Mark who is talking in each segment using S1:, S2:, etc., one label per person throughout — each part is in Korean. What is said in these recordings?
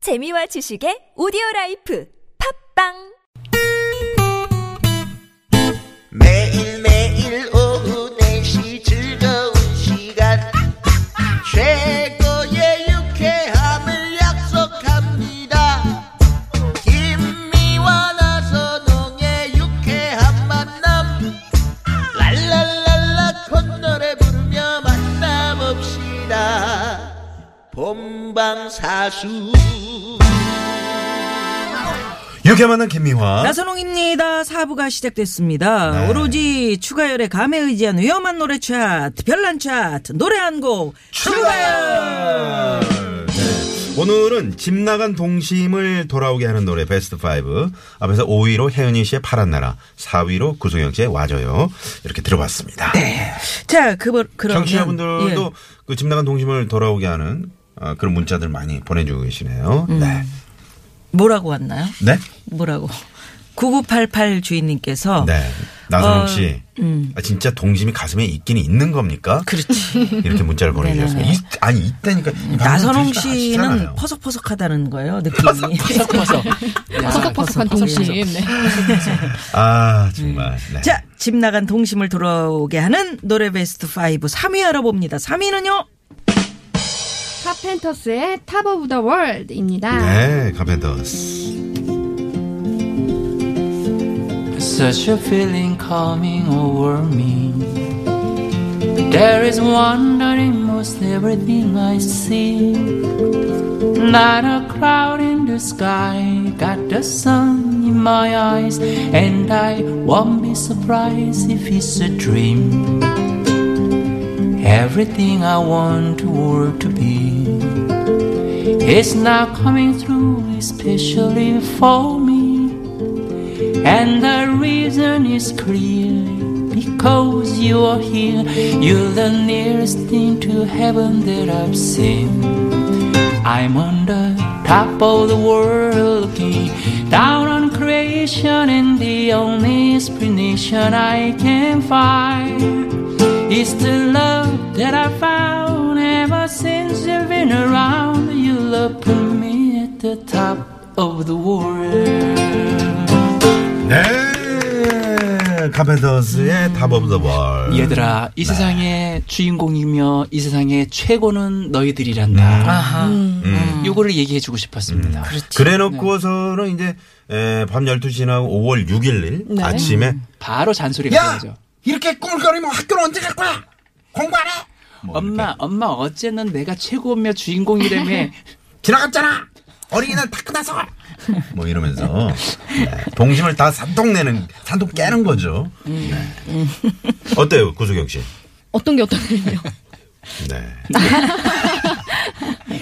S1: 재미와 지식의 오디오 라이프 팝빵
S2: 매일매일 오후 4시 즐거운 시간 최고의 유쾌함을 약속합니다 김미와 나선홍의 유쾌한 만남 랄랄랄라 콧노래 부르며 만남없시다 본방사수
S3: 이렇게 만난 김미화.
S4: 나선홍입니다. 사부가 시작됐습니다.
S3: 어? 네.
S4: 오로지 추가열의 감에 의지한 위험한 노래 차트, 별난 차트, 노래 한 곡 추가열.
S3: 네. 오늘은 집 나간 동심을 돌아오게 하는 노래 베스트 5. 앞에서 5위로 혜은이 씨의 파란 나라, 4위로 구성영 씨의 와줘요. 이렇게 들어봤습니다.
S4: 네. 자, 그 그러면 예,
S3: 청취자분들도 그 집 나간 동심을 돌아오게 하는 아, 그런 문자들 많이 보내주고 계시네요.
S4: 음.
S3: 네.
S4: 예, 뭐라고 왔나요?
S3: 네?
S4: 뭐라고? 9988 주인님께서
S3: 네. 나선홍
S4: 어,
S3: 씨. 아, 진짜 동심이 가슴에 있긴 있는 겁니까?
S4: 그렇지. 네,
S3: 이렇게 문자를 보내주셨어요. 이- 아니, 있다니까. 이 방송
S4: 나선홍
S3: 들으시면 아시잖아요.
S4: 씨는 퍼석퍼석하다는 거예요, 느낌이. 퍼석퍼석. 아,
S5: 퍼석퍼석한 동심. 네.
S3: 아, 정말. 네.
S4: 음. 자, 집 나간 동심을 돌아오게 하는 노래 베스트 5 3위 알아봅니다. 3위는요?
S5: 카펜터스의 탑 오브 더 월드입니다.
S3: 네, 카펜터스.
S6: Such a feeling coming over me. There is wonder in most everything I see. Not a cloud in the sky, got the sun in my eyes, and I won't be surprised if it's a dream. Everything I want the world to be is now coming through, especially for me. And the reason is clear because you are here. You're the nearest thing to heaven that I've seen. I'm on the top of the world looking down on creation, and the only explanation I can find is the love that I found ever since you've been around. You love put me at the top of the world.
S3: 네. 카펜터스의 탑 오브 더 월.
S6: 얘들아, 이 세상의 주인공이며 이 세상의 최고는 너희들이란다. 음,
S4: 아하.
S6: 요거를 얘기해주고 싶었습니다.
S3: 그래 놓고서는 이제 에, 밤 12시 나고 5월 6일
S5: 네.
S3: 일 아침에
S6: 바로 잔소리가
S7: 야!
S6: 되죠.
S7: 이렇게 꿈거리면 학교는 언제 갈 거야? 공부 안 해?
S6: 엄마, 엄마 어제는 내가 최고며 주인공이라며
S7: 지나갔잖아. 어린이날 다 끝나서.
S3: 뭐 이러면서 네, 동심을 다 산동내는 산동 깨는 거죠. 네. 어때요, 구수경 씨?
S5: 어떤 게 어떤 게요?
S3: 네.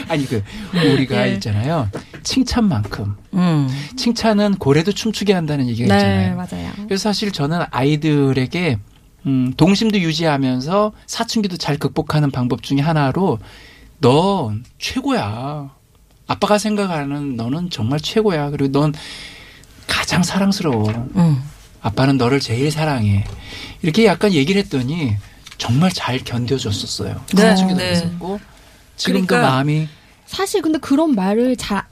S6: 아니 그 우리가
S4: 예.
S6: 있잖아요. 칭찬만큼
S4: 음.
S6: 칭찬은 고래도 춤추게 한다는 얘기가
S5: 네,
S6: 있잖아요.
S5: 맞아요.
S6: 그래서 사실 저는 아이들에게 음, 동심도 유지하면서 사춘기도 잘 극복하는 방법 중에 하나로 넌 최고야. 아빠가 생각하는 너는 정말 최고야. 그리고 넌 가장 사랑스러워.
S4: 음.
S6: 아빠는 너를 제일 사랑해. 이렇게 약간 얘기를 했더니 정말 잘 견뎌줬었어요.
S4: 네,
S6: 사춘기도
S4: 네.
S6: 했었고 지금도
S4: 그러니까
S6: 마음이
S5: 사실 근데 그런 말을 잘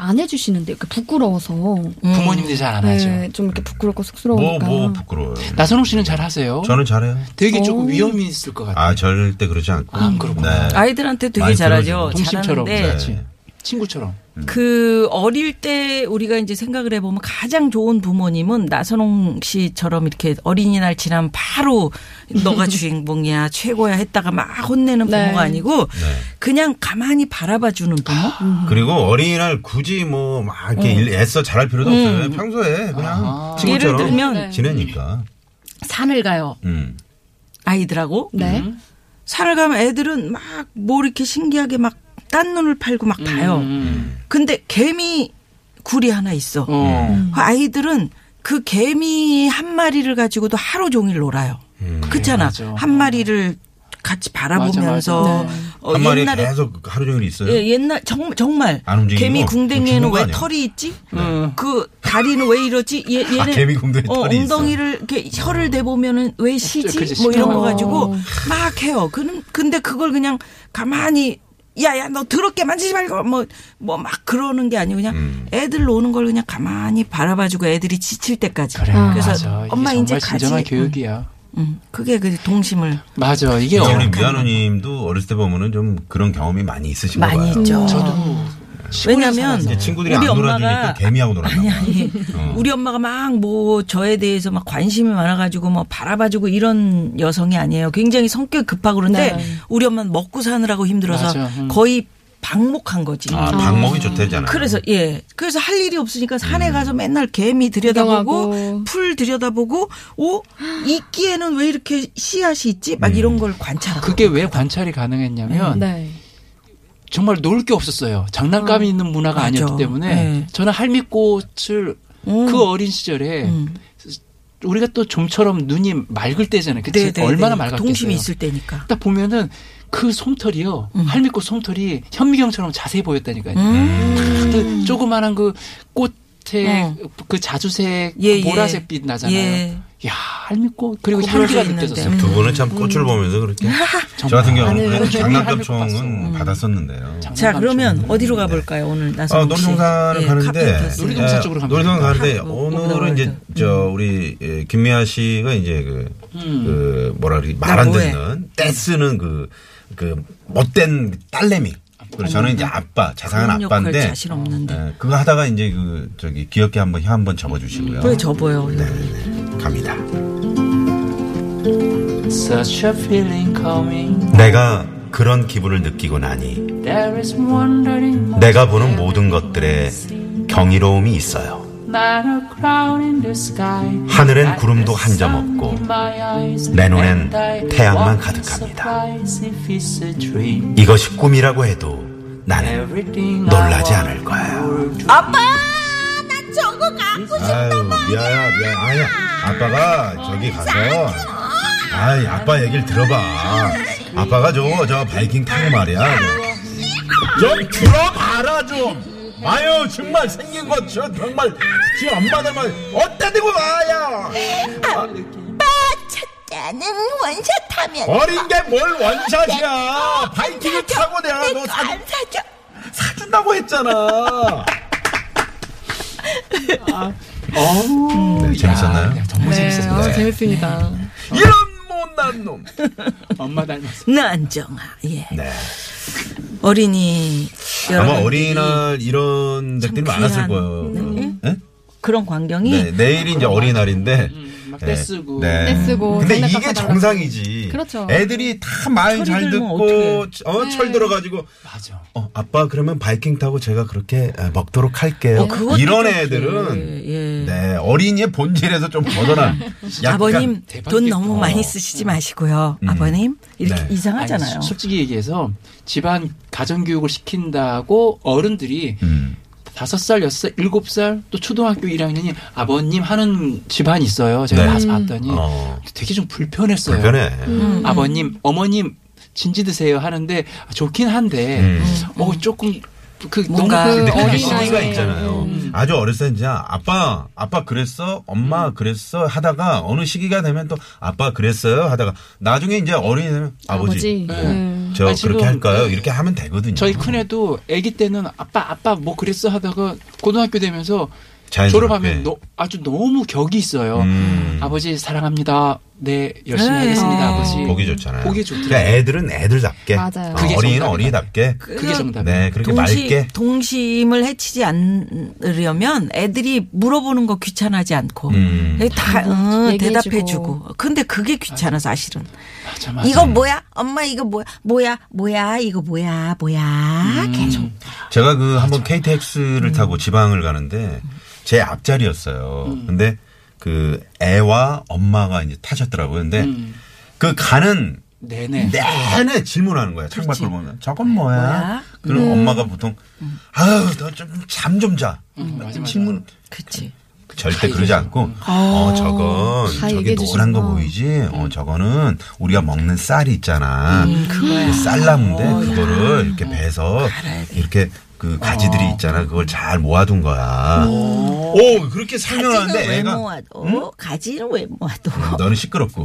S5: 안 해주시는데 이렇게 부끄러워서.
S4: 음.
S6: 부모님들이 잘 안 하죠.
S5: 네, 좀 이렇게 부끄럽고
S3: 뭐,
S5: 쑥스러우니까.
S3: 뭐 부끄러워요.
S6: 나선홍 씨는 잘 하세요.
S3: 저는 잘해요.
S6: 되게
S5: 오.
S6: 조금 위험이 있을 것 같아요.
S3: 아, 절대 그러지 않고. 네.
S6: 아,
S4: 네.
S6: 그렇구나.
S4: 음. 아이들한테 되게
S3: 많이 들어주고. 네. 음.
S4: 잘하죠.
S6: 동심처럼
S4: 잘하는데
S6: 그렇지. 친구처럼.
S4: 그 어릴 때 우리가 이제 생각을 해보면 가장 좋은 부모님은 나선홍 씨처럼 이렇게 어린이날 지나면 바로 너가 주인공이야 최고야 했다가 막 혼내는
S5: 네.
S4: 부모가 아니고 그냥 가만히 바라봐주는 부모.
S3: 네. 그리고 어린이날 굳이 뭐 막 이렇게
S4: 음.
S3: 일- 애써 잘할 필요도 없어요. 평소에 그냥
S4: 예를
S3: 친구처럼
S4: 아. 들면
S3: 지내니까.
S4: 산을 가요
S3: 음.
S4: 아이들하고
S5: 네.
S4: 산을 가면 애들은 막 뭐 이렇게 신기하게 막 딴 눈을 팔고 막 봐요.
S3: 음.
S4: 근데 개미 굴이 하나 있어.
S6: 어.
S4: 그 아이들은 그 개미 한 마리를 가지고도 하루 종일 놀아요.
S3: 음.
S4: 그렇잖아.
S6: 맞아.
S4: 한 마리를 같이 바라보면서
S5: 맞아, 맞아. 네.
S4: 어,
S3: 한 마리
S4: 옛날에
S3: 계속 하루 종일 있어요.
S4: 예, 옛날 정, 정말
S3: 안 움직이고
S4: 개미 궁뎅이에는
S3: 죽는 거
S4: 왜
S3: 아니야?
S4: 털이 있지?
S6: 어.
S4: 그 다리는 왜 이러지? 얘, 얘는
S3: 아, 개미 궁뎅이
S4: 어,
S3: 털이 있어.
S4: 엉덩이를 이렇게 혀를 대보면은 왜 쉬지?
S6: 아, 그치,
S4: 뭐 이런 거
S5: 시끄러워.
S4: 가지고 막 해요. 그는 근데 그걸 그냥 가만히 야야 너 더럽게 만지지 말고 뭐 뭐 막 그러는 게 아니고 그냥
S6: 음.
S4: 애들 노는 걸 그냥 가만히 바라봐주고 애들이 지칠 때까지.
S6: 그래
S4: 래서
S6: 맞아 이게
S4: 엄마
S6: 정말
S4: 이제
S6: 진정한
S4: 가지.
S6: 교육이야
S4: 음, 그게 그 동심을
S6: 맞아 이게
S3: 우리
S6: 어려운
S3: 미아노님도 어렸을 때 보면은 좀 그런 경험이 많이 있으신가 봐요.
S6: 음.
S4: 많이 있죠.
S6: 저도 음.
S4: 왜냐면
S3: 이제 친구들이 안 놀아주니까 개미하고 놀았나
S4: 아니
S3: 봐.
S4: 아니
S3: 어.
S4: 우리 엄마가 막 뭐 저에 대해서 막 관심이 많아가지고 뭐 바라봐주고 이런 여성이 아니에요. 굉장히 성격 급하고 그런데
S5: 네.
S4: 우리 엄마는 먹고 사느라고 힘들어서
S6: 맞아. 음.
S4: 거의 방목한 거지.
S5: 음.
S3: 아, 방목이 좋대잖아요.
S4: 그래서 예 그래서 할 일이 없으니까 산에 가서 맨날 개미 들여다보고
S5: 구경하고.
S4: 풀 들여다보고 오 이끼에는 왜 이렇게 씨앗이 있지 막 이런 걸 관찰하고
S6: 그게 왜 관찰이
S4: 음,
S6: 가능했냐면
S5: 네.
S6: 정말 놀 게 없었어요. 장난감이 있는 문화가 아니었기
S4: 맞아.
S6: 때문에
S4: 네.
S6: 저는 할미꽃을
S4: 음.
S6: 그 어린 시절에 우리가 또 좀처럼 눈이 맑을 때잖아요. 그치?
S4: 네네네.
S6: 얼마나
S4: 동심이
S6: 맑았겠어요.
S4: 있을 때니까
S6: 딱 보면은 그 솜털이요. 할미꽃 솜털이 현미경처럼 자세히 보였다니까요.
S4: 음.
S6: 탁그 조그만한 그 꽃의
S4: 어.
S6: 그 자주색
S4: 예,
S6: 그
S4: 예.
S6: 보라색 빛 나잖아요.
S4: 예.
S6: 야 할미꽃 그리고
S4: 구부러져
S6: 향기가
S4: 있는데. 음.
S6: 느껴졌어요.
S3: 두 분은 참 꽃을 보면서 그렇게. 저 같은 경우는
S6: 하늘
S3: 그냥
S6: 하늘
S3: 장난감
S6: 하늘 봤어.
S4: 음.
S3: 총은 받았었는데요.
S4: 자 그러면
S6: 음.
S4: 어디로 가볼까요 오늘 예, 나선
S3: 아,
S4: 네,
S3: 놀이동산을 가는데
S6: 카페 놀이동산
S3: 예,
S6: 쪽으로 갑니다.
S3: 놀이동산 가는데
S4: 하고,
S3: 오늘은
S4: 오늘은
S3: 이제 저 우리 예, 김미아 씨가 이제 그, 그 뭐라 그러지 말
S4: 나
S3: 안
S4: 뭐해?
S3: 듣는 떼쓰는 그, 그 못된 딸내미. 그리고 저는 이제 아빠 자상한
S4: 그런 역할
S3: 아빠인데
S4: 자신 없는데.
S3: 예, 그거 하다가 이제 그 저기 귀엽게 한번 혀 한번 접어주시고요.
S4: 음. 아, 왜 접어요?
S3: 네네네. 갑니다.
S6: Such a feeling coming.
S3: 내가 그런 기분을 느끼고 나니
S6: There is wonder in my
S3: 내가 보는 모든 것들에 경이로움이 있어요.
S6: Not a cloud in the sky.
S3: 하늘엔 구름도 한점 없고,
S6: In my eyes.
S3: 내 눈엔
S6: And I
S3: 태양만
S6: want
S3: 가득합니다.
S6: surprise if it's a dream.
S3: 이것이 꿈이라고 해도 나는
S6: Everything I
S3: 놀라지
S6: want
S3: 않을 거야.
S6: to be.
S3: 아유 미아야 미아 아니 아빠가 저기 가서 아이 아빠 얘기를 들어봐 아빠가 저거 저 바이킹 타고 말이야 좀 들어봐라 좀 아유 정말 생긴 것 저 정말 지 엄마 닮아 어따 대고 와야
S8: 첫째는 원샷하면
S3: 어린 게 뭘 원샷이야 바이킹을 타고 내가 너 사,
S8: 안 사줘.
S3: 사준다고 했잖아 아.
S6: 어우,
S3: 네, 재밌었나요?
S6: 야, 아, 정말 재밌었어요.
S5: 어, 재밌습니다.
S3: 이런 못난 놈
S6: 엄마 닮았어.
S4: 난정아 예
S3: 네.
S4: 어린이
S3: 아마
S4: 여러분들이
S3: 어린이날 이런
S4: 참
S3: 댁들이 많았을
S4: 귀한,
S3: 거예요
S4: 네.
S3: 예?
S4: 그런 광경이
S3: 네, 내일이 이제 어린이날인데.
S4: 음.
S6: 음, 막
S3: 예,
S4: 네.
S6: 떼쓰고.
S5: 떼쓰고
S3: 근데
S5: 장난감
S3: 이게
S5: 사달라고.
S3: 정상이지.
S5: 그렇죠.
S3: 애들이 다 말
S4: 철이
S3: 잘
S4: 들면
S3: 듣고, 어, 철 들어가지고,
S6: 맞아.
S3: 어, 아빠 그러면 바이킹 타고 제가 그렇게 아, 먹도록 할게요.
S4: 어, 그것도
S3: 이런
S4: 좀
S3: 애들은,
S4: 그래, 예.
S3: 네, 어린이의 본질에서 좀 벗어난. 약간 어. 음.
S4: 아버님
S6: 대박이다.
S4: 돈 너무 많이 쓰시지 마시고요. 아버님 이렇게
S3: 네.
S4: 이상하잖아요.
S6: 아니, 솔직히 얘기해서 집안 가정교육을 시킨다고 어른들이
S3: 음.
S6: 다섯 살, 여섯 살, 일곱 살, 또 초등학교 1학년이 아버님 하는 집안이 있어요. 제가
S3: 네.
S6: 가서 봤더니
S3: 어,
S6: 되게 좀 불편했어요.
S3: 불편해.
S6: 음. 아버님, 어머님 진지 드세요 하는데 좋긴 한데
S3: 음.
S6: 어 조금 그
S4: 뭔가
S6: 너무
S3: 근데 그게
S5: 어린아이의-
S3: 시기가 있잖아요. 아주 어렸을 때 이제 아빠, 아빠 그랬어, 엄마 그랬어 하다가 어느 시기가 되면 또 아빠 그랬어요 하다가 나중에 이제 어른이 되면 아버지,
S5: 아버지.
S3: 뭐
S5: 네.
S3: 저
S6: 아니, 지금
S3: 그렇게 할까요? 이렇게 하면 되거든요.
S6: 저희 큰애도 아기 때는 아빠 아빠 뭐 그랬어 하다가 고등학교 되면서
S3: 자연스럽게.
S6: 졸업하면 너- 아주 너무 격이 있어요.
S3: 예. 음.
S6: 아버지 사랑합니다. 네 열심히
S4: 네.
S6: 하겠습니다.
S4: 어.
S6: 아버지.
S3: 보기 좋잖아요.
S6: 보기 좋더라고요.
S3: 그러니까 애들은 애들답게,
S5: 맞아요.
S3: 어,
S6: 그게
S3: 어린이는
S6: 정답이다.
S3: 어린이답게,
S6: 그게 정답이에요.
S3: 네 그렇게 맑게.
S4: 동심을 해치지 않으려면 애들이 물어보는 거 귀찮아지 않고 예,
S3: 음.
S4: 다 어,
S5: 음,
S4: 대답해주고.
S5: 얘기해주고.
S4: 근데 그게 귀찮아 사실은.
S6: 맞아, 맞아.
S1: 이거 뭐야? 엄마 이거 뭐야? 뭐야? 뭐야? 이거 뭐야? 뭐야?
S3: 음.
S1: 계속
S3: 제가 그 한번
S6: 음.
S3: KTX를 타고 지방을 가는데 제 앞자리였어요.
S6: 음.
S3: 근데 그 애와 엄마가 이제 타셨더라고요. 근데 그 가는
S6: 음. 네네.
S3: 내내 질문하는 거야. 창밖을 보면 저건 뭐야?
S4: 뭐야?
S3: 그럼
S6: 음.
S3: 엄마가 보통 아유 너 좀 잠 좀 자.
S6: 음, 맞아, 맞아.
S3: 질문
S4: 그치.
S3: 절대 그러지 않고 어 저건
S5: 다
S3: 저게
S5: 얘기해
S3: 노란 거
S5: 주시구나.
S3: 보이지? 어 저거는 우리가 먹는 쌀이 있잖아. 그 쌀나무인데 그거를 이렇게 베서 이렇게 그 가지들이 있잖아. 그걸 잘 모아둔 거야. 오, 그렇게
S1: 가지는
S3: 설명하는데
S1: 왜
S3: 애가
S1: 모아도 가지는 왜 모아도
S3: 음, 너는 시끄럽고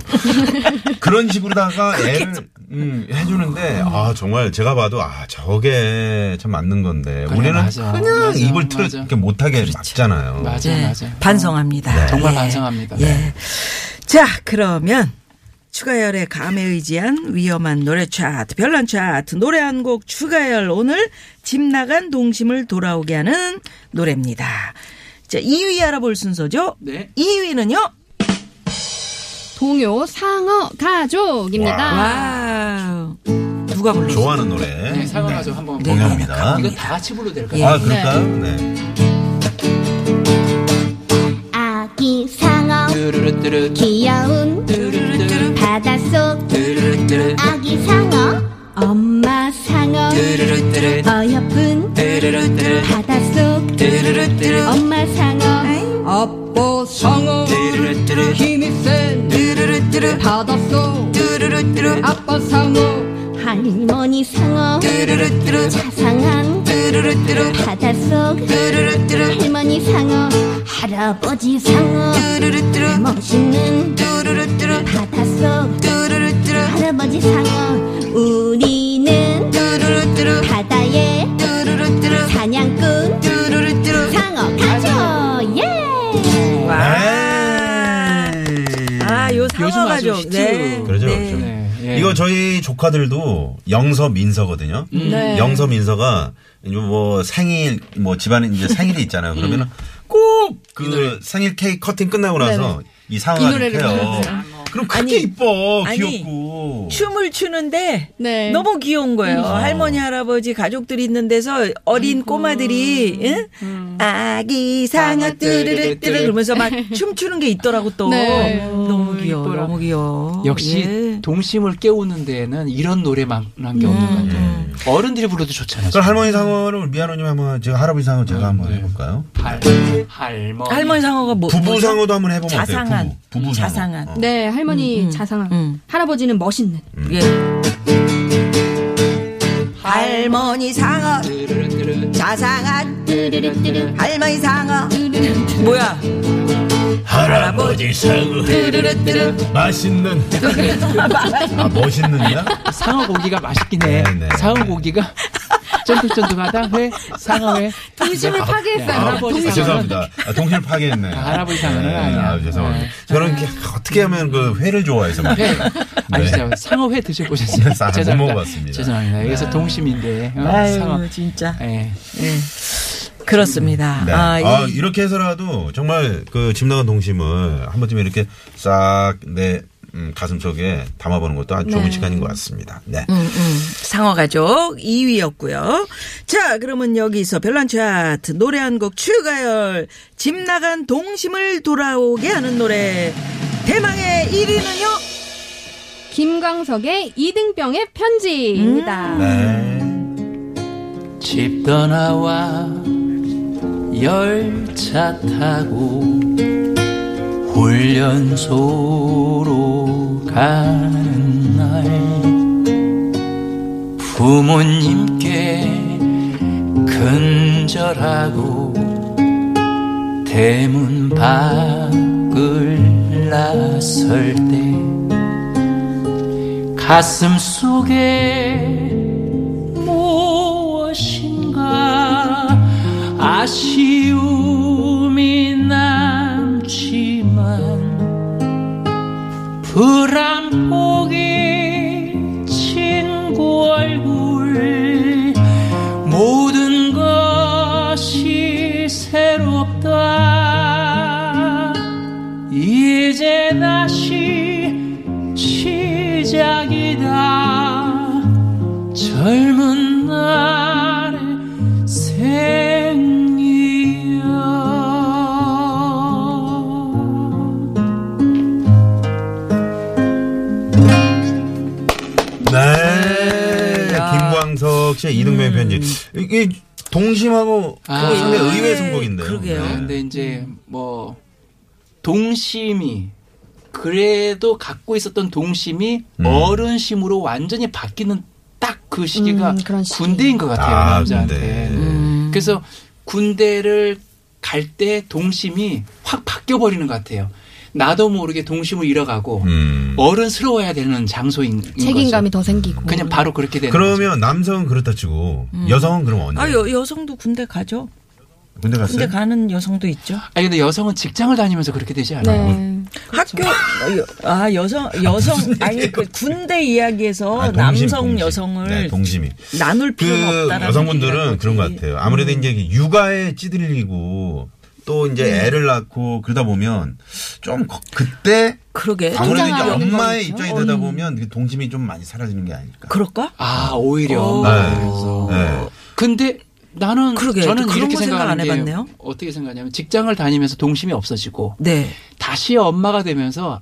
S3: 그런 식으로다가 애를 음, 해주는데 아 정말 제가 봐도 아 저게 참 맞는 건데
S6: 그래,
S3: 우리는
S6: 맞아.
S3: 그냥
S6: 맞아,
S3: 입을 틀
S6: 맞아.
S3: 이렇게 못하게 막잖아요. 네.
S6: 맞아,
S4: 네,
S6: 맞아.
S4: 반성합니다.
S6: 정말
S4: 예.
S6: 반성합니다.
S4: 예. 자, 그러면 추가열의 감에 의지한 위험한 노래 차트, 별난 차트, 노래 한 곡 추가열 오늘 집 나간 동심을 돌아오게 하는 노래입니다. 자, 2위 알아볼 순서죠.
S6: 네.
S4: 2위는요.
S5: 동요 상어 가족입니다.
S4: 와우. 누가 아, 불렀어?
S3: 좋아하는 노래
S6: 네, 상황가죠 한번
S3: 네. 공연입니다.
S6: 이건 다 같이 불러도 될까요?
S3: 아 그럴까요? 네.
S8: 아기 상어
S6: 뚜루루뚜루
S8: 귀여운
S6: 뚜루루뚜루
S8: 바닷속
S6: 뚜루루뚜루
S8: 아기 상어 엄마 상어
S6: 뚜루루뚜루
S8: 어여쁜
S6: 뚜루루뚜루
S8: 바닷속
S6: 뚜루루뚜루
S8: 엄마 상어
S9: 아빠 상어
S6: 뚜루루뚜루
S9: 힘이 센
S4: 뚜루루뚜루
S9: 바닷속
S4: 뚜루루뚜루 음,
S9: 아빠 상어
S8: 할머니 상어
S4: 뚜루루뚜루
S8: 자상한
S4: 뚜루루뚜루
S8: 바닷속
S4: 뚜루루뚜루
S8: 할머니 상어 할아버지 상어
S4: 뚜루루뚜루
S8: 멋있는
S4: 뚜루루뚜루
S8: 바닷속
S4: 뚜루루뚜루
S8: 할아버지 상어 우리는
S4: 뚜루루뚜루
S8: 바다의
S4: 뚜루루뚜루
S8: 사냥꾼
S4: 뚜루루뚜루
S8: 상어 가족 예
S3: 네.
S4: 와. 아, 요
S6: 요즘
S4: 상어
S6: 아주
S4: 가족.
S6: 히트.
S4: 네.
S3: 그러죠, 그렇죠.
S6: 네, 예.
S3: 이거 저희 조카들도 영서 민서거든요.
S5: 음. 네.
S3: 영서 민서가 이제 뭐 생일 뭐 집안에 이제 생일이 있잖아요. 그러면은 꼭 그 생일 케이크 커팅 끝나고 나서 이
S5: 이
S3: 상황을
S5: 노래를
S3: 해요. 뭐.
S5: 부르세요.
S3: 그럼 그렇게
S4: 아니,
S3: 이뻐
S4: 아니,
S3: 귀엽고
S4: 춤을 추는데
S5: 네.
S4: 너무 귀여운 거예요. 할머니, 할아버지, 가족들이 있는 데서 어린 꼬마들이 응? 아기 상어
S6: 상어
S4: 뚜르르 뚜르 그러면서 막 춤추는 게 있더라고 또.
S5: 네.
S4: 어. 너무 귀여워.
S6: 이뻐라.
S4: 너무 귀여워.
S6: 역시
S4: 예.
S6: 동심을 깨우는 데에는 이런 노래만 한 게
S4: 음.
S6: 없는 것 같아요. 어른들이 불러도 좋잖아요.
S3: 음. 그럼 할머니 상어를 미아노님 한번 제가 할아버지 상어 제가 한번
S6: 네.
S3: 해볼까요?
S6: 할, 할머니.
S4: 할머니 상어가 뭐
S3: 부부
S4: 뭐죠?
S3: 상어도 한번 해보면
S4: 자상한.
S3: 어때요? 부부, 부부 상어.
S4: 자상한.
S3: 어.
S5: 네, 할머니 자상한.
S4: 음.
S5: 할아버지는 멋있는.
S4: 예.
S1: 할머니 상어
S6: 뚜루루뚜루
S1: 자상한
S6: 뚜루루뚜루
S1: 할머니 상어
S4: 뭐야?
S3: 할아버지 상어 맛있는 아 멋있는이야?
S6: 상어 고기가 맛있긴 해.
S3: 네, 네,
S6: 상어
S3: 네.
S6: 고기가 쫀득쫀득하다. 회, 상어 회.
S5: 동심을 파괴했어요.
S3: 아,
S6: 할아버지 상어.
S3: 죄송합니다. 아, 동시를 파괴했네.
S6: 아, 할아버지 상어는
S3: 네,
S6: 아니야.
S3: 아, 죄송합니다. 저는 이렇게 어떻게 하면 그 회를 좋아해서 막.
S6: 회. 아니, 진짜 상어 회 드셔보셨어요?
S3: 아, 못
S6: 죄송합니다.
S3: 먹어봤습니다. 네.
S6: 죄송합니다. 그래서 동심인데. 어, 상어.
S4: 아유, 진짜.
S6: 예.
S4: 그렇습니다.
S3: 네.
S4: 아,
S3: 아,
S4: 이-
S3: 이렇게 해서라도 정말 그 집 나간 동심을 한 번쯤 이렇게 싹 내 음, 가슴 속에 담아보는 것도 아주 좋은 시간인 것 같습니다. 네.
S4: 음, 음. 상어 가족 2위였고요. 자, 그러면 여기서 별난 차트 노래 한 곡 추가열 집 나간 동심을 돌아오게 하는 노래 대망의 1위는요.
S5: 김광석의 이등병의
S4: 음.
S5: 편지입니다.
S3: 네.
S6: 집 떠나와 열차 타고 훈련소로 가는 날 부모님께 근절하고 대문 밖을 나설 때 가슴 속에 무엇인가 아쉬움이 남지만 불안폭이 친구 얼굴 모든 것이 새롭다 이제 다시 시작이다 젊은 날의 생이여
S3: 네. 김광석 씨의 이등병의 편지. 이게 동심하고
S6: 아.
S3: 그거 상당히 의외의 선곡인데요.
S4: 그러게요.
S3: 네.
S6: 근데 이제
S5: 음.
S6: 뭐 동심이 그래도 갖고 있었던 동심이
S3: 음.
S6: 어른심으로 완전히 바뀌는 딱 그 시기가
S5: 음, 그런 시기.
S6: 군대인 것 같아요
S3: 아,
S6: 남자한테
S3: 군대.
S6: 음. 그래서 군대를 갈 때 동심이 확 바뀌어 버리는 것 같아요. 나도 모르게 동심을 잃어가고
S3: 음.
S6: 어른스러워야 되는 장소인
S5: 책임감이 음.
S6: 거죠.
S5: 더 생기고.
S6: 그냥 바로 그렇게 되는 거죠.
S3: 그러면 남성은 그렇다 치고 여성은 그럼 언제?
S4: 아, 여, 여성도 군대 가죠.
S3: 군대 갔어요?
S4: 군대 가는 여성도 있죠.
S6: 아니 근데 여성은 직장을 다니면서 그렇게 되지 않아요?
S3: 음.
S5: 네.
S4: 학교 어, 여- 아 여성 여성 아니 그 군대 이야기에서
S3: 아, 동심,
S4: 남성
S3: 동심.
S4: 여성을
S3: 네, 동심이.
S4: 나눌
S3: 그
S4: 필요는 없다라는
S3: 여성분들은
S4: 얘기라는
S3: 그런 것
S4: 거지.
S3: 같아요. 아무래도 이제 육아에 찌들리고 또 이제 애를 낳고 그러다 보면 좀 거- 그때
S4: 그러게
S3: 아무래도 이제
S5: 긴장하는
S3: 엄마의
S5: 거겠죠?
S3: 입장이 되다 보면 그 동심이 좀 많이 사라지는 게 아닐까.
S4: 그럴까?
S6: 아 오히려.
S4: 어.
S3: 네.
S6: 그래서.
S3: 네.
S6: 근데 나는
S4: 그러게,
S6: 저는
S4: 그런
S6: 이렇게
S4: 거 생각 안
S6: 생각하는
S4: 해봤네요.
S6: 게 어떻게 생각하냐면 직장을 다니면서 동심이 없어지고
S4: 네.
S6: 다시 엄마가 되면서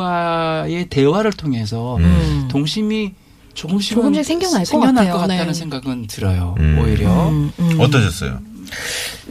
S6: 아이들과의 대화를 통해서
S3: 음.
S6: 동심이 조금씩
S5: 조금씩 생겨날 것 같아요.
S6: 다는
S5: 네.
S6: 생각은 들어요.
S3: 음.
S6: 오히려
S3: 어떠셨어요?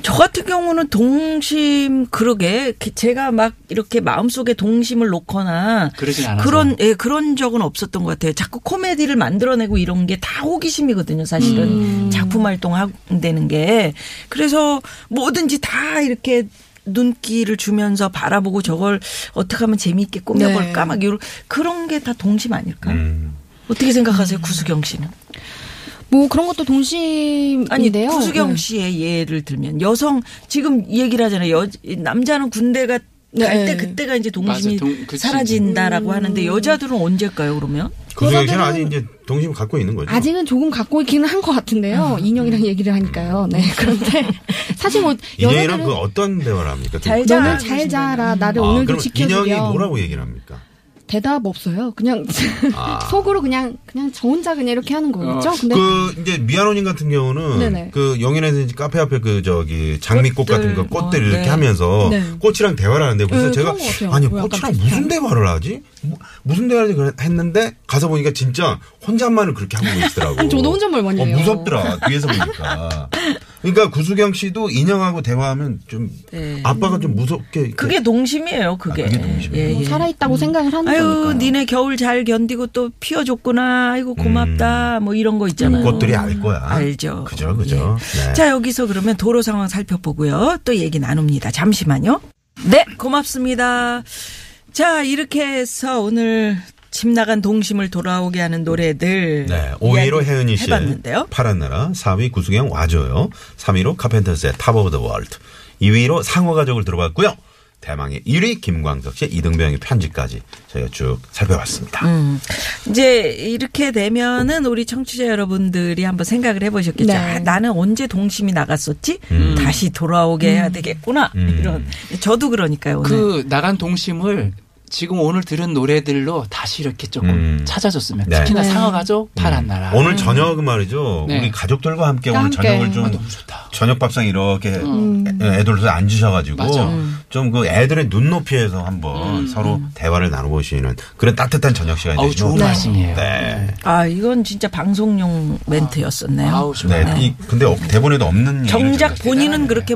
S4: 저 같은 경우는 동심 그러게 그- 제가 막 이렇게 마음속에 동심을 놓거나
S6: 그러진 않아서
S4: 그런 예 그런 적은 없었던 것 같아요. 자꾸 코미디를 만들어내고 이런 게 다 호기심이거든요. 사실은 작품 활동되는 게 그래서 뭐든지 다 이렇게 눈길을 주면서 바라보고 저걸 어떻게 하면 재미있게 꾸며볼까
S5: 네.
S4: 막 이런 그런 게 다 동심 아닐까?
S3: 음.
S4: 어떻게 생각하세요, 구수경 씨는?
S5: 뭐 그런 것도
S4: 아니
S5: 동심인데요.
S4: 구수경
S5: 네.
S4: 씨의 예를 들면 여성 지금 얘기를 하잖아요. 여, 남자는 군대가 갈
S5: 네. 음.
S4: 때 그때가 이제 동심이
S6: 맞아, 동- 그치.
S4: 사라진다라고 하는데 여자들은 언제일까요 그러면?
S3: 구성혁 씨는 아직 이제 동심을 갖고 있는 거죠.
S5: 아직은 조금 갖고 있기는 한 것
S4: 아.
S5: 같은데요. 인형이랑 얘기를 하니까요. 네. 그런데 사실 뭐
S3: 인형이랑
S5: 여자들은
S3: 그 어떤 대화를 합니까?
S4: 잘 자- 음.
S5: 너는 잘 자라 나를
S3: 아,
S5: 오늘도
S3: 그럼 인형이
S5: 지켜주렴.
S3: 뭐라고 얘기를 합니까?
S5: 대답 없어요. 그냥
S3: 아.
S5: 속으로 그냥 그냥 저 혼자 그냥 이렇게 하는 거겠죠. 근데
S3: 그 이제 미아노님 같은 경우는
S5: 네. 네네.
S3: 그 영인에서 이제 카페 앞에 그 저기 장미꽃
S4: 꽃들,
S3: 같은 거 꽃들
S4: 어,
S3: 이렇게
S4: 네.
S3: 하면서
S5: 네.
S3: 꽃이랑 대화를 하는데 그래서
S5: 네,
S3: 제가
S5: 그런 것 같아요.
S3: 아니
S5: 뭐 약간
S3: 꽃이랑
S5: 비슷해요.
S3: 무슨 대화를 하지 뭐, 무슨 대화를 하지 그래- 했는데 가서 보니까 진짜 혼잣말을 그렇게 하고 있더라고.
S5: 저도 혼잣말 많이
S3: 어,
S5: 해요.
S3: 무섭더라 뒤에서 보니까. 그러니까 구수경 씨도 인형하고 대화하면 좀
S4: 네.
S3: 아빠가 좀 무섭게
S4: 그게 동심이에요. 그게.
S3: 네. 아, 그게 동심이에요.
S4: 예,
S5: 뭐
S4: 예.
S5: 살아있다고 생각을 하는
S4: 아유
S5: 거니까요.
S4: 니네 겨울 잘 견디고 또 피워줬구나. 아이고 고맙다. 뭐 이런 거 있잖아요.
S3: 꽃들이 알 거야.
S4: 알죠.
S3: 음.
S4: 예.
S3: 그죠, 그죠. 네.
S4: 자, 여기서 그러면 도로 상황 살펴보고요. 또 얘기 나눕니다. 잠시만요. 네, 고맙습니다. 자, 이렇게 해서 오늘 집 나간 동심을 돌아오게 하는 노래들.
S3: 네, 5위로
S4: 이야기
S3: 혜은이 씨.
S4: 해봤는데요.
S3: 파란 나라. 4위 구승영 와줘요. 3위로 카펜터스의 탑 오브 더 월드. 2위로 상어 가족을 들어봤고요. 대망의 1위 김광석 씨의 이등병의 편지까지 저희가 쭉 살펴봤습니다.
S4: 음. 이제 이렇게 되면은 우리 청취자 여러분들이 한번 생각을 해보셨겠죠.
S5: 네.
S4: 아, 나는 언제 동심이 나갔었지? 다시 돌아오게 해야 되겠구나.
S3: 음.
S4: 이런. 저도 그러니까요. 오늘.
S6: 그 나간 동심을 지금 오늘 들은 노래들로 다시 이렇게 조금
S3: 음.
S6: 찾아줬으면
S3: 네. 음.
S6: 특히나
S5: 네.
S6: 상어 가족 파란 나라
S3: 오늘 저녁 말이죠.
S6: 네.
S3: 우리 가족들과 함께 오늘
S5: 함께.
S3: 저녁을 좀
S6: 아, 너무 좋다.
S3: 저녁 밥상 이렇게
S5: 음.
S3: 애- 애들도 앉으셔가지고
S6: 맞아. 음.
S3: 좀 그 애들의 눈높이에서 한번 서로 대화를 나눠보시는 그런 따뜻한 저녁 시간이
S6: 아우
S3: 되시면
S6: 음. 좋은
S3: 어떨까요?
S6: 말씀이에요.
S3: 네.
S4: 아, 이건 진짜 방송용 멘트였었네요.
S6: 아우 좋다.
S3: 네. 이, 근데 어- 대본에도 없는
S4: 정작
S3: 얘기를 좀
S4: 본인은 그렇게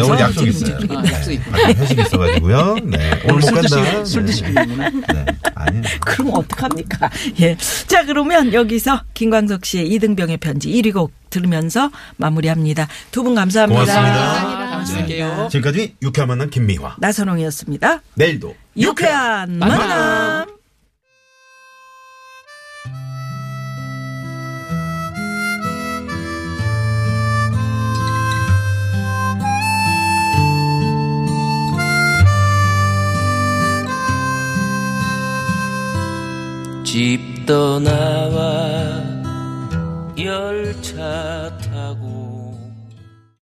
S3: 음. 네, 오늘 약속
S4: 지금
S3: 있어요.
S4: 이렇게
S6: 아, 약속 있구나.
S3: 아, 회식 있어가지고요. 네. 오늘 못
S6: 술
S3: 간다.
S6: 드시- 술
S3: 네.
S6: 드시는구나.
S3: 네. 아니.
S4: 그럼 어떡합니까? 예. 자, 그러면 여기서 김광석 씨의 이등병의 편지 1위 곡 들으면서 마무리합니다. 두 분 감사합니다.
S3: 고맙습니다. 네.
S6: 다음 주에 뵐게요.
S3: 지금까지 유쾌한 만남 김미화.
S4: 나선홍이었습니다.
S3: 내일도
S4: 유쾌한 만남.
S6: 집 떠나